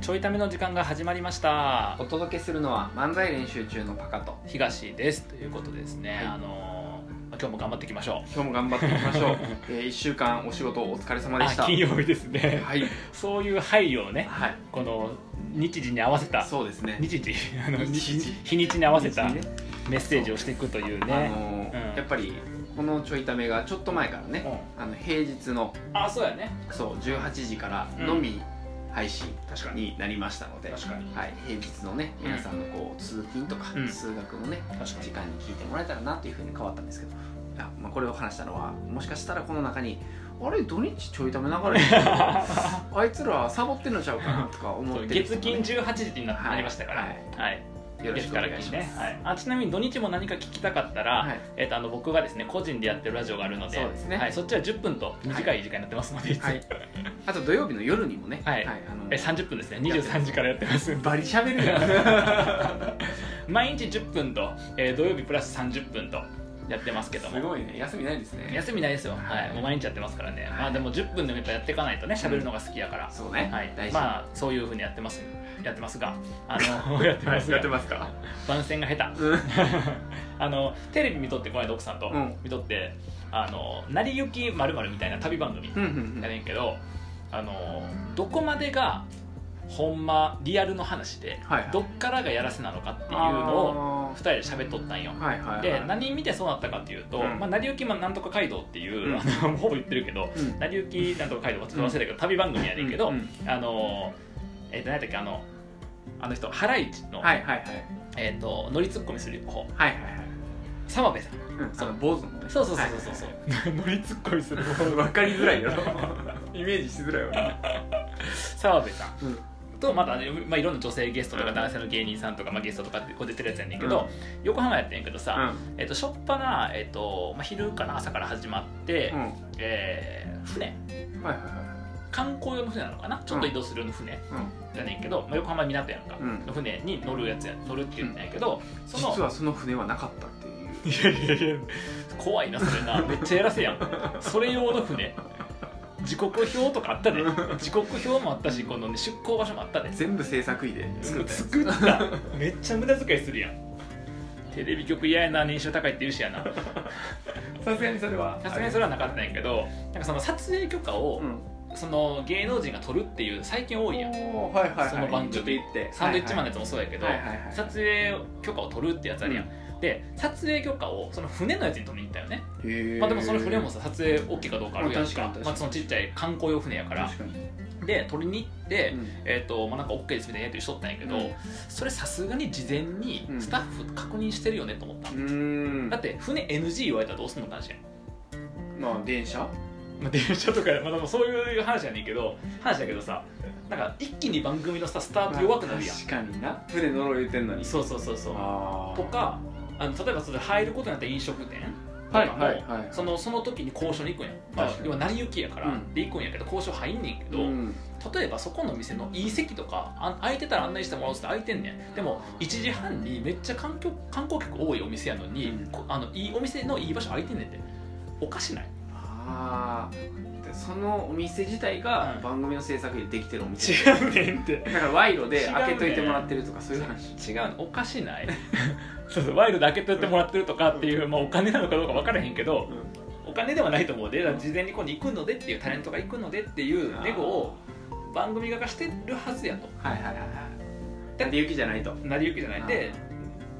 ちょいための時間が始まりましたお届けするのは漫才練習中のパカと東ですということですね、はいあのーまあ今日も頑張っていきましょう今日も頑張っていきましょう、 え1週間お仕事お疲れ様でしたあ金曜日ですねはいそういう配慮をねはいこの日時に合わせたそうですね日時 あの日時日日にちに合わせた日にメねッセージをしていくというあねのーうんやっぱりこのちょいためがちょっと前からね、あの平日のうんあそうやねそう18時からのみ配信確かになりましたので、確かにはい、平日のねうん皆さんのこう通勤とか、うん通学のね確か時に間に聞いてもらえたらなというふうに変わったんですけどあ、まあ、これを話したのはもしかしたらこの中にあれ土日ちょいため流れてる あいつらサボってんのちゃうかなとか思ってる人月もね金18時にな,、はいなりましたから、ははいいよろ月しくおから願がいしまねす、、はい、あちなみに土日も何か聞きたかったら、はいえっとあの僕がですね個人でやってるラジオがあるのでそうですねはい、そっちは10分と短い時間になってますので、はい、あと土曜日の夜にもね、はいあのえ30分ですね23時からやってますバリしゃべるやん 毎日10分と、えー土曜日プラス30分とやってますけどすもごいね休みないですね休みないですよ、はいはい、もう毎日やってますからね、はいまあでも10分でもやっぱやっていかないとね喋るのが好きやから、そうね、はい大事、まあそういうふうにやってますやってますがあのやってはまいす やがってますか番宣が下手 うんあのテレビ見とってこの間奥さんとうん見とって「あの成り行きまるみたいな旅番組うんやねんけど、あのどこまでがほんまリアルの話で、はいはいどっからがやらせなのかっていうのをあ2人で喋っとったんよ。ーはいはいはいで何見てそうなったかっていうと、うんまあ、成り行きまなんとか街道っていう、うんあのほぼ言ってるけど、うん成り行きなんとか街道ちょっと忘れたけど、旅番組やねんけど、うんうんあのえっ、と何だっけあのあの人ハライチの、はいはいはいえっ、と乗りツッコミする方はいはいはい澤部さんうんあの坊主のねそうそうそうそうそう、 乗りツッコミする方はいわかりづらいよ イメージしづらいよね澤部さんうんとまた、まあ、いろんな女性ゲストとうかん男性の芸人さんとか、まあ、ゲストとかってこう出てるやつやねんけど、横浜やってんけどさ、えっとしょっぱな、えっとまあ、昼かな朝から始まって、うんえー船うんはいはいは観光用の船なのかなちょっと移動するような船いうんやねんけど、まあ、横浜港やんか、うんの船に乗るやつや乗るって言ったんやけど、その実はその船はなかったっていういやいやいや怖いなそれ なめっちゃやらせやんそれ用の船時刻表とかあったね時刻表もあったしこの、ね、出港場所もあったね全部制作費で作ったやつ作った めっちゃ無駄遣いするやんテレビ局嫌やな年収高いって言うしやなさすがにそれはさすがにそれはなかったんやけどなんかその撮影許可を、うんその芸能人が取るっていう最近多いやんおーはいはいはいその番組ちょっと言ってサンドイッチマンのでやつもそうやけど、はいはいはい撮影許可を取るってやつあるやん、で撮影許可をその船のやつに取りに行ったよねまあでもその船もさ撮影 OK かどうかあるやんまあ確かかに確かにまあそのちっちゃい観光用船やから確かにで取りに行って、うんえーとまあ、なんか OK ですみたいなやり取りしとったんやけど、うんそれさすがに事前にうんスタッフ確認してるよねと思った、うーんだって船 NG 言われたらどうすんのかしら、まあ電車まあ、電車とか、まあ、でもそういう話やねんけど話だけどさなんか一気に番組のさスタート弱くなるやん、まあ確かにな船乗ろう言ってんのにそうそうそうそうあーとかあの例えばそれ入ることになった飲食店とかはいも、はいはいそのその時に交渉に行くんやん、まあ確か、に要は成り行きやから、うんで行くんやけど交渉入んねんけど、うん例えばそこの店のいい席とかあ空いてたら案内してもらおうっつって空いてんねんでも1時半にめっちゃ観光観光客多いお店やのに、うんこあのいいお店のいい場所空いてんねんっておかしないあーでそのお店自体がうん番組の制作でできてるお店、違うねんってだから賄賂で違うね開けといてもらってるとかそういう話違うおかしない そうそうワイルド開けといてもらってるとかっていう、まあ、お金なのかどうか分からへんけどお金ではないと思うでだから事前にここに行くのでっていうタレントが行くのでっていうネゴを番組側がしてるはずやとはいはいはいはいだって雪じゃないと成り行きじゃないで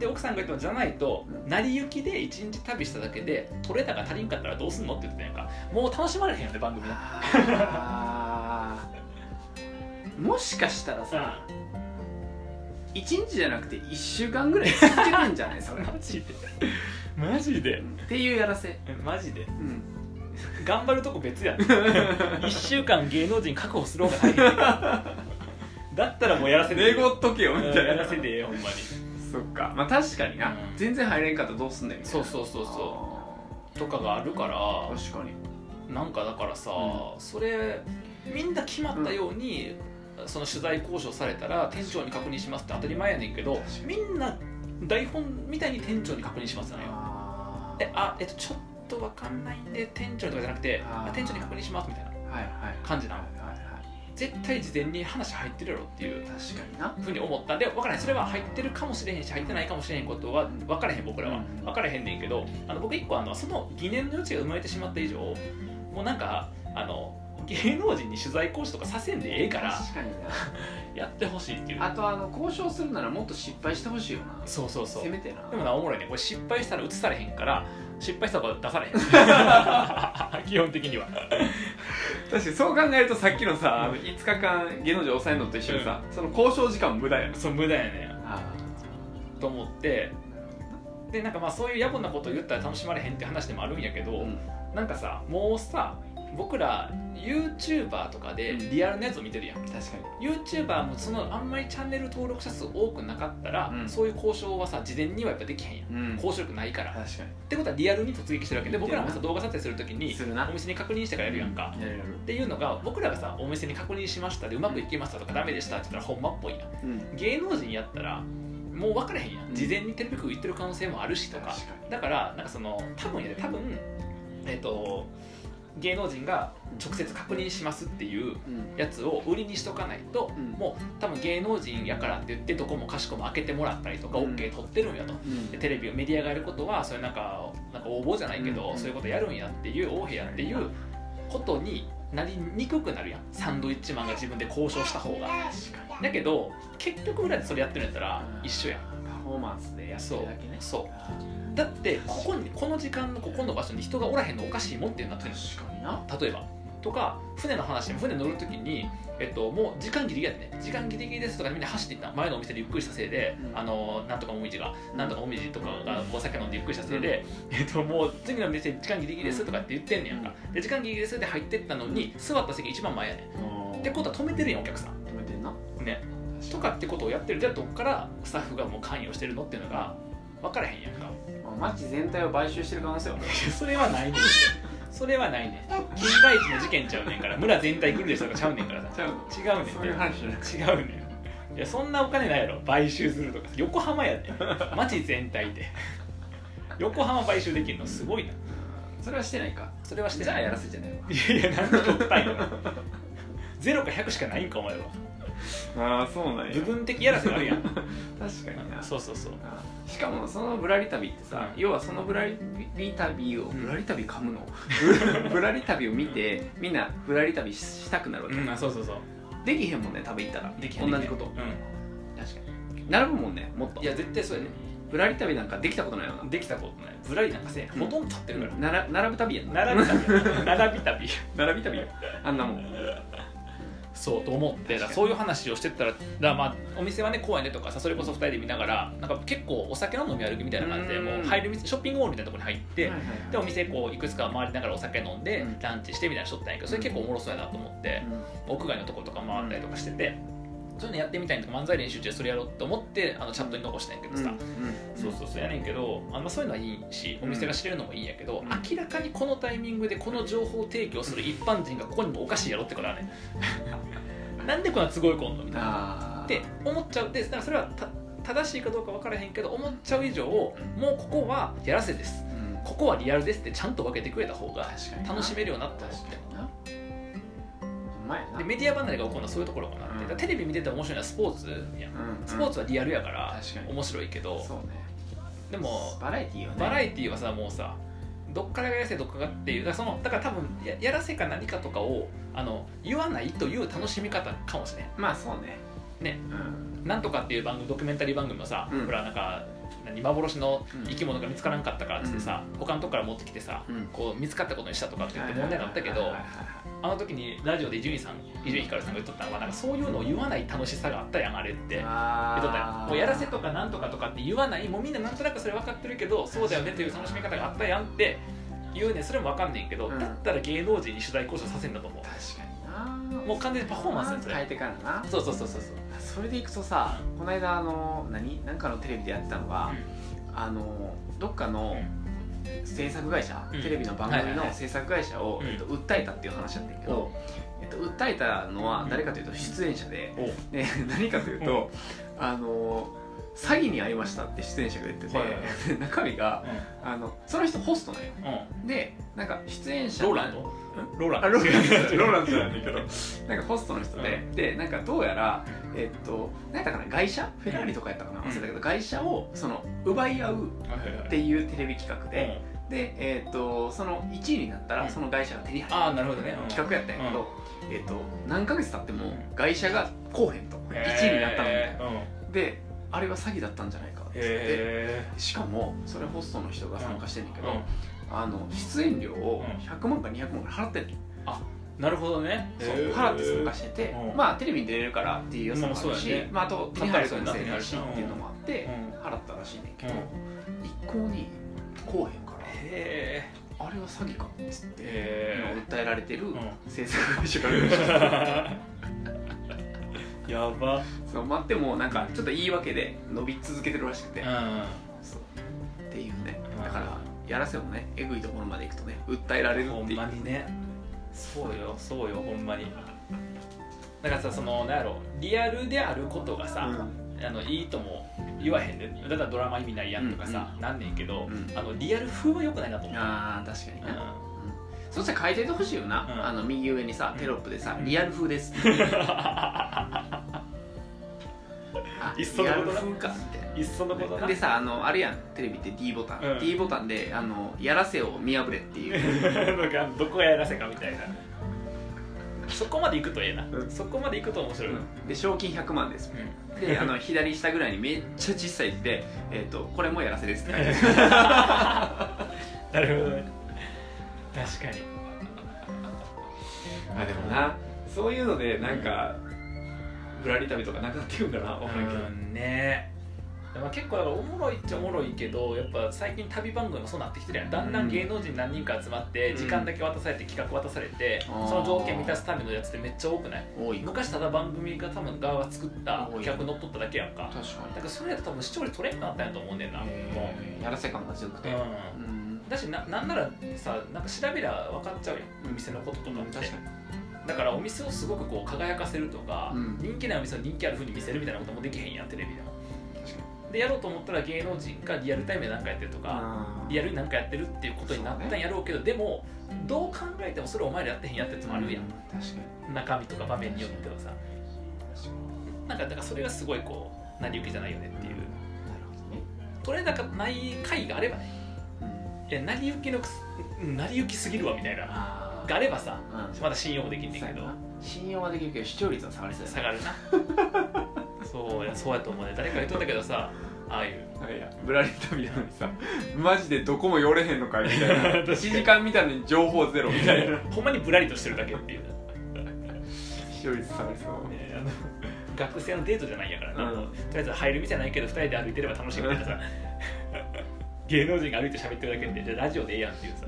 で奥さんが言ったのじゃないとうん成り行きで一日旅しただけで取れたが足りんかったらどうすんのって言ってたやんかもう楽しまれへんよね番組はあーもしかしたらさ1日じゃなくて1週間ぐらい続けるんじゃないそれっ マジでマジでていうやらせ、マジでうん、頑張るとこ別やん1 週間芸能人確保する方が早いだったらもうやらせて寝言っとけよみうんたいなやらせてええほんまにそっかまあ確かにな、うん全然入れんかったらどうすんねんみたいなそうそうそうそそうとかがあるから確かになんかだからさ、うそれみんな決まったように、その取材交渉されたら店長に確認しますって当たり前やねんけど確かみんな台本みたいに店長に確認しますよねあーであえっとちょっとわかんないんで店長にとかじゃなくてあーあ店長に確認しますみたいなはいはい感じなのはいはいはい絶対事前に話入ってるやろっていう確かになふうに思ったんで分からへんそれは入ってるかもしれへんし入ってないかもしれへんことは分からへん僕らはうん分からへんねんけどあの僕一個あのその疑念の余地が生まれてしまった以上もうなんかあの芸能人に取材講師とかさせんでええから確かになやってほしいっていうあとあの交渉するならもっと失敗してほしいよなそうそうそうせめてなでもなおもろいねこれ失敗したら映されへんから失敗したら出さ れへん基本的には確かにそう考えるとさっきのさあの5日間芸能人抑えるのと一緒にさ、その交渉時間も無駄やなそう無駄やねあんと思ってでなんかまあそういう野暮なことを言ったら楽しまれへんって話でもあるんやけど、なんかさもうさ僕ら YouTuber とかでうんリアルなやつを見てるやん、確かに YouTuber もそのあんまりチャンネル登録者数多くなかったら、うんそういう交渉はさ事前にはやっぱできへんやんうん交渉力ないから、っ確かてことはリアルに突撃してるわけで見僕てるらなもさ動画撮影するときににするなお店に確認してからやるやんか、やるやるっていうのが僕らがさお店に確認しましたでうまくいきましたとかダメでしたって言ったらほんまっぽいやんうん芸能人やったらもう分からへんやん事前にテレビ局行ってる可能性もあるしとか確かにだからなんかその多分やで多分えっ、と芸能人が直接確認しますっていううんやつを売りにしとかないと、うんもう多分芸能人やからって言ってどこもかしこも開けてもらったりとかうん OK 取ってるんやとうんでテレビをメディアがやることはそういうなんかなんか応募じゃないけど、うんそういうことやるんやっていう横柄やっていうことになりにくくなるやんサンドイッチマンが自分で交渉した方が確かにだけど結局裏でそれやってるんやったら一緒やんパフォーマンスでやってるだけねそうそうあーだってここにこの時間のここの場所に人がおらへんのおかしいもんってなってるん確かにな例えばとか船の話でも船乗る時に、えっと、もう時間ギリギリやってね時間ギリギリですとかみんな走っていった前のお店でゆっくりしたせいで、うんあのなんとかもみじがうんなんとかもみじとかがお酒飲んでゆっくりしたせいで、えっと、もう次の店時間ギリギリですとかって言ってんねやんかで時間ギリギリですって入ってったのに座った席一番前やねんってでことは止めてるやんお客さん止めてんなね確とかかってことをやってるじゃあどっからスタッフがもう関与してるのっていうのが分からへんやんかにまあマッチ全体を買収してる可能性はあるそれはないねんそれはないねん金田一の事件ちゃうねんから村全体来るでしょとかちゃうねんからさちゃうの違うねんてそういう話じゃなく違うねんいやそんなお金ないやろ買収するとか横浜やで街全体で横浜買収できるのすごいなそれはしてないかそれはしてじゃあやらせせじゃないわいやいやなんで取ったんやゼロか100しかないんかお前はああそうなん部分的やらせがあるやん確かになそうそうそうあーしかもそのぶらり旅ってさ、うん要はそのぶらり旅をんぶらり旅噛むのぶらり 旅を見てみんなぶらり旅ししたくなるわけ、うんあそうそうそうできへんもんね食べ行ったらできへん同じこと、うん確かに並ぶもんねもっといや絶対そうやねぶらり旅なんかできたことないよなできたことないぶらりなんかせえへんほとんど立ってるからなら並ぶ旅やんな並び旅並び旅 並び旅よあんなもんそうと思ってだからそういう話をしてたらだからまあ、お店はね公園でとかさそれこそ2人で見ながらなんか結構お酒の飲み歩きみたいな感じでうんもう入る店ショッピングモールみたいなところに入って、はいはいはいでお店こういくつか回りながらお酒飲んで、うんランチしてみたいなしとったんやけどそれ結構おもろそうやなと思って、屋外のとことか回ったりとかしてて、そういうのやってみたいんとか漫才練習中それやろうと思ってあのチャットに残したんやけどうんさ、うんそうそうそうやねんけどあんまそういうのはいいしお店が知れるのもいいんやけど、うん明らかにこのタイミングでこの情報提供する一般人がここにもおかしいやろってことはね なんでこんな都合よくおんのみたいなあーって思っちゃうでだからそれはた正しいかどうか分からへんけど思っちゃう以上もうんうここはやらせですうんここはリアルですってちゃんと分けてくれた方が確かにな楽しめるようになった確しかになほんまやなでメディア離れが起こるのはそういうところかなって、うんだからテレビ見てて面白いのはスポーツやんうんスポーツはリアルやから確かに面白いけどそうねでもバラエティーよねバラエティーはさもうさどっからがやらせどっからがっていうだからそのだから多分ややらせか何かとかをあの言わないという楽しみ方かもしれんまあそうねねうんなんとかっていう番組ドキュメンタリー番組もさ、うんほらなんか何幻のうん生き物が見つからんかったからっつってさ、他のとこから持ってきてさうんこう見つかったことにしたとかって言って問題になったけどはいはいはいはいあの時にラジオで伊集院さん伊集院光さんが言っとったのはなんかそういうのを言わない楽しさがあったやんあれって言っとったやあんーもうやらせとかなんとかとかって言わないもうみんななんとなくそれ分かってるけどそうだよねという楽しみ方があったやんって言うねんそれも分かんねんけど、うんだったら芸能人に取材交渉させんだと思う確かになもう完全にパフォーマンスやんそ変えれてからなそうそうそうそうそうそれでいくとさこの間あの何なんかのテレビでやってたのが、あのどっかの制作会社、うんテレビの番はい組はいはのい制作会社を、うんえっと、訴えたっていう話だったんやけど、えっと、訴え たのは誰かというと出演者でおで何かというと、あの詐欺に遭いましたって出演者が言ってて、はいはいは中身があのその人ホストなんようん、でなんか出演者ローランドローランあローランドローランドじゃんないんだけどなんかホストの人で、でなんかどうやらえっと何やったかな外車フェラーリとかやったかな忘れたけど外車をその奪い合うっってういうテレビ企画で、でえっとその1位になったうらんその外車が手に入るああなるほどね、うん企画やったんやけど、えっと何ヶ月経ってもうん外車が来おへんと1位になったのみたいなへーうんであれは詐欺だったんじゃないかって言ってへしかもそれホストの人が参加してんねんけえ、ど、あの出演料をうん100万か200万か払ってんねんなるほどねそうへー払って参加してて、うんまあテレビに出れるからっていう良さもあまるあそうし、だよねまあ、あと手に入るからせいだしうんっていうのもあってう、ん払ったらしいねんけうど、ん一向に来へんかへらあれは詐欺かっつっえて、へ今訴えられてるーうん制作会社から言われました やばそう待ってもなんかちょっと言い訳で伸び続けてるらしくて、うそうっていうねうんだからやらせもねえぐいところまで行くとね訴えられるんほっんていうまにねそうよそうよほんまにだからさそのなんやろリアルであることがさ、うんあのいいとも言わへんでだからドラマ意味ないやんとかさ、なんねんけど、うんあのリアル風は良くないなと思う、あー確かにうな、んそしたら変えててほしいよな、うんあの右上にさテロップでさ「うんリアル風です」あいっそリのアこルとな風かみた いいっそのことななでさあのあれやんテレビって D ボタン、うん D ボタンであの「やらせを見破れ」っていうなんかどこがやらせかみたいなそこまで行くとええな、うんそこまで行くと面白い、 うんで賞金100万ですであの 左下ぐらいにめっちゃ小さい字で「えっとこれもやらせです」って 書いてあなるるほどね確かにあでもなそういうのでなんかぶらり旅とかなくなってくるんかなわからんけどうんねまあ、結構だからおもろいっちゃおもろいけどやっぱ最近旅番組もそうなってきてるやんだんだん芸能人何人か集まってうん時間だけ渡されて企画渡されて、あーその条件満たすためのやつってめっちゃ多くない多い昔ただ番組が多分側が作った多い企画乗っ取っただけやんか確だかからそれやと多分視聴率取れんくなったんやと思うねんな、にもうんやらせ感が強くう、てうんうんだしななんならさなんか調べりゃ分かっちゃうよお店のこととかって、確かにだからお店をすごくこう輝かせるとか、うん人気ないお店を人気あるふうに見せるみたいなこともできへんやんテレビでも確かにでやろうと思ったら芸能人がリアルタイムで何かやってるとか、あーリアルに何かやってるっていうことになったんやろうけどでもどう考えてもそれお前らやってへんやってやつもあるやん、確かに中身とか場面によってはさなんかだからそれがすごいこう成り行きじゃないよねっていうなるほどね取れなかない回があればねうんいや成り行きのくす成り行きすぎるわみたいなあがあればさうんまだ信用もできんねんそうけやどな信用はできるけど視聴率は下がりそう下が るなそうやそうやと思うね誰か言っとったけどさああいういやいやぶられたみたいなのに さマジでどこも寄れへんのかよみたい 確かなに1時間見たのに情報ゼロみたいなほんまにぶらりとしてるだけっていう、ね、 視聴率下がりそうあの学生のデートじゃないんやからな、うんとりあえず入るみたいないけど2人で歩いてれば楽しいみたいな さ芸能人が歩いて喋ってるだけでじゃあラジオでええやんっていうさ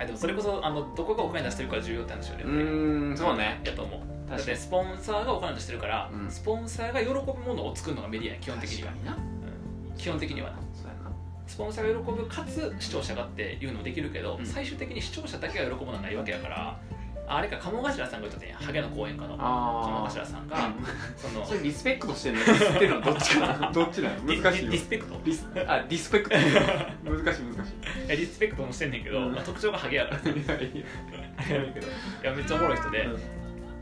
あでもそれこそあのどこがお金出してるか重要って話よねうーんそうねやと思うだっ確かてにスポンサーがお金出してるから、うんスポンサーが喜ぶものを作るのがメディアや基本的には、なうん基本的にはなそうやなスポンサーが喜ぶかつ視聴者がっていうのもできるけど、うん最終的に視聴者だけが喜ぶものはないわけやからああれか鴨頭さんが言ったんやハゲの講演家の鴨あ頭さんが、あその それリスペクトしてるのディスってるのどっちかな どっちなのディ難しいディディよスペクトリスあディスペクト難しい難しえリスペクトもしてんねんけど、うんまあ、特徴がハゲやから いいやいいよあれやねんけどいやめっちゃおもろい人で、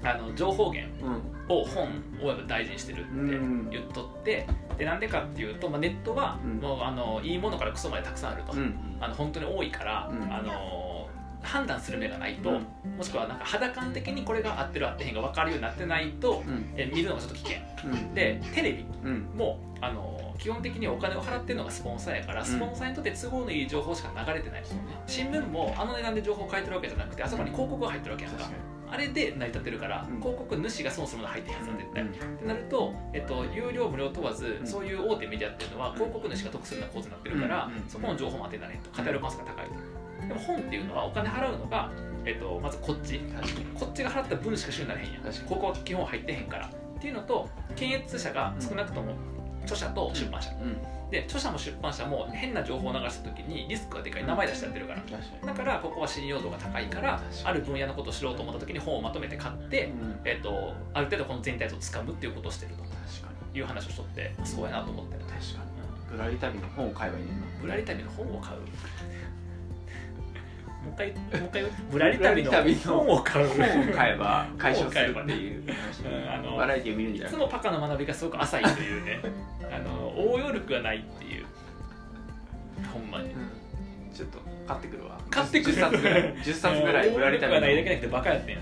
あの情報源うんを本をやっぱ大事にしてるってうん言っとってでなんでかっていうと、まあ、ネットはうんもうあのいいものからクソまでたくさんあると、うんあの本当に多いから、うんあの判断する目がないと、うんもしくはなんか肌感的にこれが合ってる合ってへんが分かるようになってないと、うんえ見るのがちょっと危険うんでテレビうんもあの基本的にお金を払ってるのがスポンサーやからスポンサーにとって都合のいい情報しか流れてない、新聞もあの値段で情報を変えてるわけじゃなくてあそこに広告が入ってるわけやん確かかにあれで成り立ってるから、うん広告主がそもそも入ってるやつなん絶対、うっんてなると、えっと、有料無料問わず、うんそういう大手メディアっていうのは広告主が得するような構図になってるから、うんうんそこの情報も当てられんと偏る可能性が高いとでも本っていうのはお金払うのが、えっと、まずこっち確かにこっちが払った分しか収入になれへんやん確かにここは基本入ってへんからっていうのと検閲者が少なくとも著者と出版社うんで著者も出版社も変な情報を流した時にリスクがでかい名前出しちゃってるから確かにだからここは信用度が高いから確かにある分野のことを知ろうと思った時に本をまとめて買って、うんえっとある程度この全体像をつかむっていうことをしてると確かいう話をしとってそうやなと思って、確かにぶらり旅の本を買えばいいねんなぶらり旅の本を買う もう一回もう一回ぶらり旅の本を買う本を買えば解消するっていう話本を買えばねうんあのバラエティを見るんいじゃなつくもパカの学びがすごく浅いという ねあの応用力がないっていうほんまにて、うんちょっと買ってくるわ買ってくる10冊ぐらい10冊ぐらいぶ応らり用力がないだ旅けのなくてバカやってんや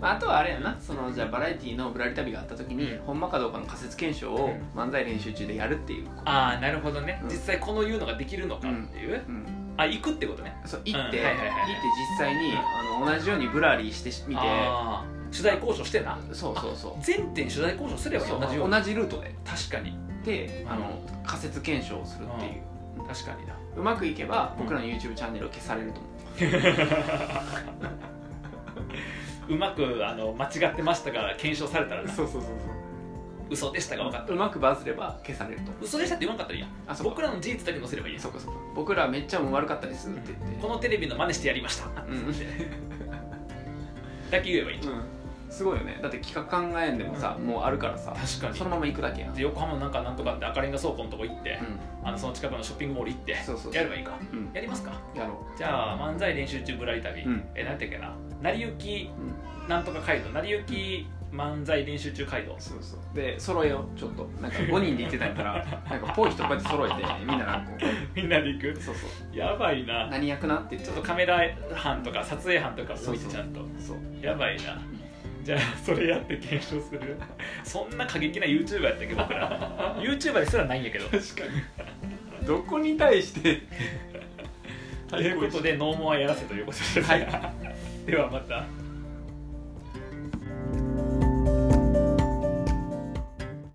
まあ、あとはあれやなそのじゃあバラエティのぶらり旅があった時に、うんほんまかどうかの仮説検証をうん漫才練習中でやるっていう、ああなるほどねうん実際このいうのができるのかっていう、うん、あ行くってことねそう行って、うんはいはいはいはい行って実際にあの同じようにぶらりしてし見てあー取材交渉してなそうそうそう全店取材交渉すればいいそう同じように同じルートで確かにでうんあの仮説検証をするっていう、確かになうまくいけば僕らの YouTube チャンネルを消されると思うまくあの間違ってましたが検証されたらう、なそうそうそう嘘でしたが分かっうたまくバズれば消されると思う嘘でしたって言わんかったらいいやあそうか僕らの事実だけ載せればいいやそうかそうか僕らめっちゃ運悪かったですって言って、このテレビの真似してやりました、ん だけ言えばいい、うんすごいよねだって企画考えんでもさ、もうあるからさ確かにそのまま行くだけやん、うんで横浜のなんかなんとかって赤レンガ倉庫のとこ行って、あのその近くのショッピングモール行ってそうそうそうやればいいかうん、やりますかやろじゃあ漫才練習中ぶらり旅、うんえなんていうかな成り行きう、うん、なんとか街道成り行き漫才練習中街道 そうそうで揃えようちょっとなん か5人で行ってたんやったらなんかぽい人こうやって揃えてみんななんかこみんなで行くうそうそうやばいな何役なって言っちょてっとカメラ班とか撮影班とか置そういてそうちゃんとそうやばいなじゃあそれやって検証するそんな過激な YouTuber やったっけ僕ら YouTuber ですらないんやけど確かにどこに対してということでノーモアやらせということで、はい ではまた。